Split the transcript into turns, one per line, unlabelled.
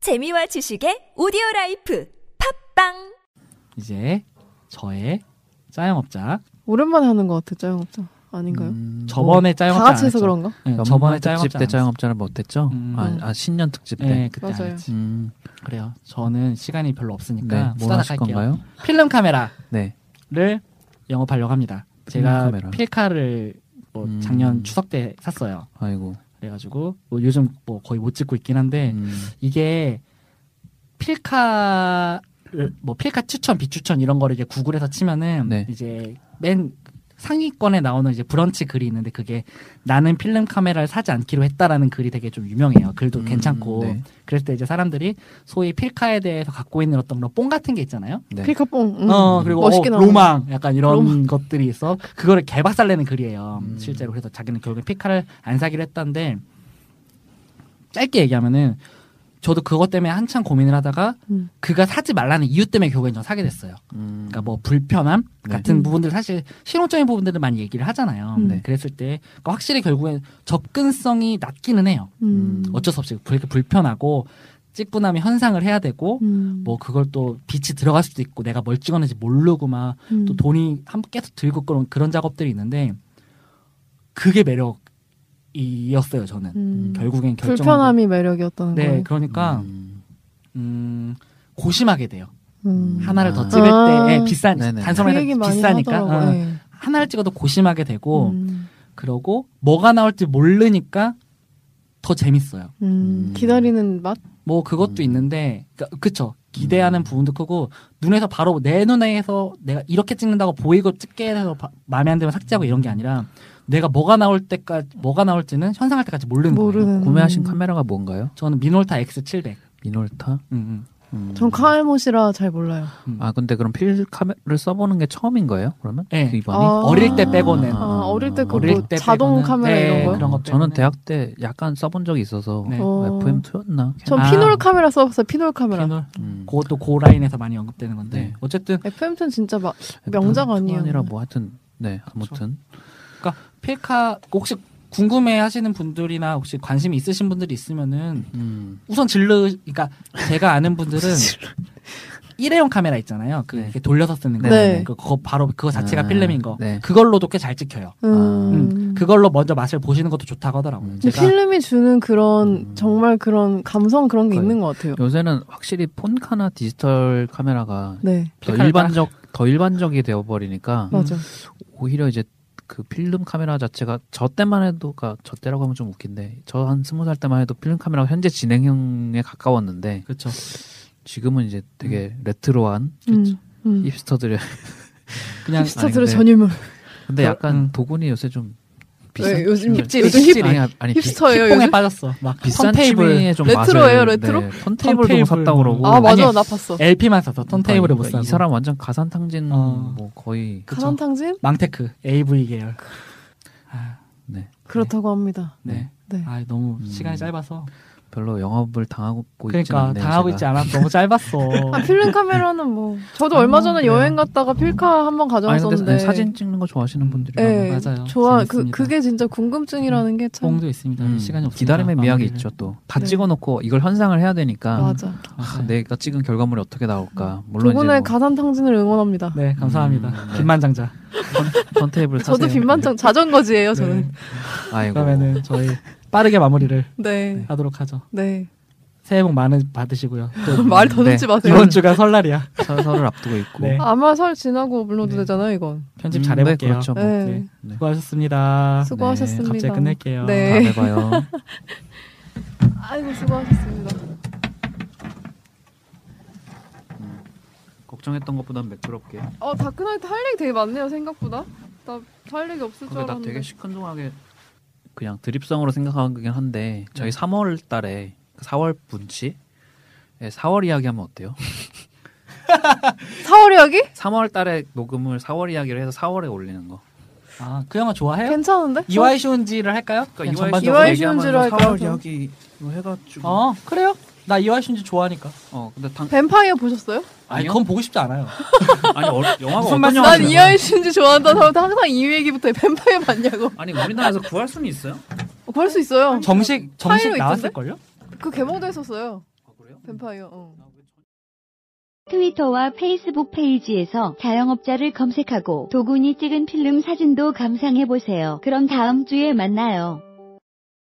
재미와 지식의 오디오 라이프 팝빵
이제 저의 짜영업자
오랜만에 하는 것 같아 짜영업자 아닌가요?
음,
저번에 짜영업자
다 같이
안
해서
했죠.
그런가?
네,
연말
저번에
특집
짜영업자
때
안 했어요.
짜영업자를 못했죠?
음.
아, 아, 신년 특집 때.
네 그때
맞아요.
안 했지
음,
그래요 저는 시간이 별로
네,
없으니까
뭘
수다닥
하실
할게요.
건가요?
필름 카메라를
네,
영업하려고 합니다
필름
제가
카메라.
필카를 뭐
음.
작년 추석 때 샀어요
아이고.
그래가지고 뭐 요즘 뭐 거의 못 찍고 있긴 한데
음,
이게 필카 뭐 필카 추천 비추천 이런 거를 이제 구글에서 치면은
네.
이제 맨 상위권에 나오는 이제 브런치 글이 있는데 그게 나는 필름 카메라를 사지 않기로 했다라는 글이 되게 좀 유명해요. 글도
음,
괜찮고
네.
그랬을 때 이제 사람들이 소위 필카에 대해서 갖고 있는 어떤 그런 뽕 같은 게 있잖아요.
네.
필카뽕 음.
어 그리고 어,
멋있게 나오는
로망 약간 이런
로망.
것들이 있어 그거를 개박살내는 글이에요
음.
실제로 그래서 자기는 결국에 피카를 안 사기로 했다는데 짧게 얘기하면은 저도 그것 때문에 한참 고민을 하다가
음.
그가 사지 말라는 이유 때문에 결국엔 저 사게 됐어요
음,
그러니까 뭐 불편함
네.
같은 부분들 사실 실용적인 부분들을 많이 얘기를 하잖아요
음. 네.
그랬을 때 그러니까 확실히 결국엔 접근성이 낮기는 해요
음.
어쩔 수 없이 그렇게 불편하고 찌뿌남이 현상을 해야 되고
음.
뭐 그걸 또 빛이 들어갈 수도 있고 내가 뭘 찍었는지 모르고 막 또
음.
돈이 한 번 계속 들고 그런 그런 작업들이 있는데 그게 매력이었어요 저는
음.
결국엔 결정
불편함이 매력이었다는
네
거예요.
그러니까
음,
음 고심하게 돼요
음.
하나를 더
아.
찍을
아.
때 예, 비싼
네네.
단성에
그 얘기 많이
비싸니까 뭐.
하더라고요.
어,
네.
하나를 찍어도 고심하게 되고
음.
그러고 뭐가 나올지 모르니까 더 재밌어요
음.
음.
기다리는 맛?
뭐 그것도
음.
있는데 그러니까 그쵸 기대하는
음.
부분도 크고 눈에서 바로 내 눈에서 내가 이렇게 찍는다고 보이고 찍게 해서 바- 마음에 안 들면 삭제하고 이런 게 아니라 내가 뭐가 나올 때까지 뭐가 나올지는 현상할 때까지 모르는 거예요.
모르는.
구매하신
음.
카메라가 뭔가요?
저는 미놀타 X700.
미놀타?
음, 음.
음.
전 카알못이라 잘 몰라요.
아, 근데 그럼 필카메라를 써보는 게 처음인 거예요? 그러면?
네.
그 이번이?
아.
어릴 때 빼고는.
아, 어릴 때 그거
어릴 때
자동
빼고는-
카메라
네,
이런 거요?
그런 것
어, 저는
때문에.
대학 때 약간 써본 적이 있어서
네.
어.
FM2였나? 음.
전
아.
피놀 카메라 써봤어요. 피놀 카메라.
미놀. 그것도 고 라인에서 많이 언급되는 건데
네.
어쨌든
FMT는 진짜 막 명작 아니에요.
아니라 뭐 하여튼 네 아무튼
그러니까 필카 혹시 궁금해하시는 분들이나 혹시 관심이 있으신 분들이 있으면은
음.
우선 질르 그러니까 제가 아는 분들은 일회용 카메라 있잖아요. 그
네.
이렇게 돌려서 쓰는 거.
네.
그- 그거 바로 그거 자체가
아,
필름인 거.
네.
그걸로도 꽤 잘 찍혀요.
음.
음, 그걸로 먼저 맛을 보시는 것도 좋다고 하더라고요.
음.
근데
제가
필름이 주는 그런
음.
정말 그런 감성 그런 게
그래요.
있는 것 같아요.
요새는 확실히 폰카나 디지털 카메라가
네,
더
필카를
일반적 더 일반적이 되어버리니까
맞아.
오히려 이제 그 필름 카메라 자체가 저 때만 해도 그러니까 저 때라고 하면 좀 웃긴데 저 한 스무 살 때만 해도 필름 카메라가 현재 진행형에 가까웠는데
그렇죠.
지금은 이제 되게 레트로한
음. 음.
힙스터들의
그냥
힙스터들의
그렇죠. 아닌데.
전유물.
근데
저-
약간
음. 네,
도구니 요새 좀
왜
비싼
요즘
힙질,
요즘 힙
힙질.
아니 아니 비-
힙스터예요
뽕에
요즘.
빠졌어. 막
비싼
턴테이블
취미에 좀
레트로예요,
맛을-
레트로?
네, 턴테이블도
턴테이블.
못 샀다 그러고
아 맞아
아니, 예,
나 봤어.
LP만 샀어. 턴테이블을 못
그러니까
사고.
이 사람 완전 가산탕진
어.
뭐 거의
그쵸. 네.
가산탕진
망테크 AV 계열.
그,
아,
네,
그렇다고 합니다.
네.
네.
아 너무
음.
시간이 짧아서.
별로 영업을 당하고 있지
그러니까
않네요.
당하고
제가. 그렇죠.
있지 않아. 너무 짧았어.
아, 필름 카메라는 뭐 저도 얼마 전에
그래요.
여행 갔다가 필카 한번
아니 근데
가져왔었는데
네, 사진 찍는 거
음.
좋아하시는 분들이
예,
맞아요.
좋아 그
재밌습니다. 음,
그게 진짜 궁금증이라는 게 참
뽕도 있습니다. 시간이 없습니다.
음, 기다림의 미학이
마무리를.
있죠 또. 다
네.
찍어놓고 이걸 현상을 해야 되니까
맞아.
아,
맞아요.
내가 찍은 결과물이 어떻게 나올까. 물론 이제
조근의
뭐
가산탕진을 응원합니다.
네, 감사합니다.
음, 네.
빈만장자.
턴, 테이블
저도
네.
빈만장 자전거지예요 저는.
아이고.
그러면은 저희 빠르게 마무리를
네,
하도록 하죠.
네.
새해 복 많이 받으시고요. 또
말 더듬지
네.
마세요.
이번 주가 설날이야.
서- 서를 앞두고 있고.
네.
아마 설 지나고 물러도
네.
되잖아요 이건.
편집
음,
잘 해볼게요.
네, 그렇죠. 뭐.
네.
네. 수고하셨습니다.
수고하셨습니다.
아, 갑자기 끝낼게요.
네.
다음에 봐요.
아이고 수고하셨습니다.
걱정했던 것보단 매끄럽게.
어 다크나이트 할 얘기 되게 많네요 생각보다. 나 할 얘기 없을 줄
근데 나
알았는데.
되게 시큰둥하게 그냥 드립성으로 생각하긴 한데
네.
저희 3월 달에 4월 분치 4월 이야기 하면 어때요?
4월 이야기?
3월 달에 녹음을 4월 이야기를 해서 4월에 올리는 거.
아, 그 영화 좋아해요?
괜찮은데?
이와이 슌지를 할까요? 그냥
그러니까
전반적으로.
이와이-
얘기하면서
이와이 슌지로 할까요?
4월 이야기로 해가지고. 어,
어, 그래요? 나 이와이 슌지 좋아하니까.
근데 당
뱀파이어 보셨어요?
아니,
아니요.
그건 보고 싶지 않아요.
아니 어, 영화가
무슨
어떤
말씀-
영화지?
난 이하이 씨인지 좋아한다는 사람한테 항상 이 얘기부터 해. 뱀파이어 봤냐고.
아니 우리나라에서 구할 수는 있어요?
어, 그럴 수 있어요.
정식
파이로
정식
있던데?
나왔을 걸요?
아,
그 개봉도 했었어요.
그래요?
뱀파이어. 어.
트위터와 페이스북 페이지에서 자영업자를 검색하고 도군이 찍은 필름 사진도 감상해보세요. 그럼 다음 주에 만나요.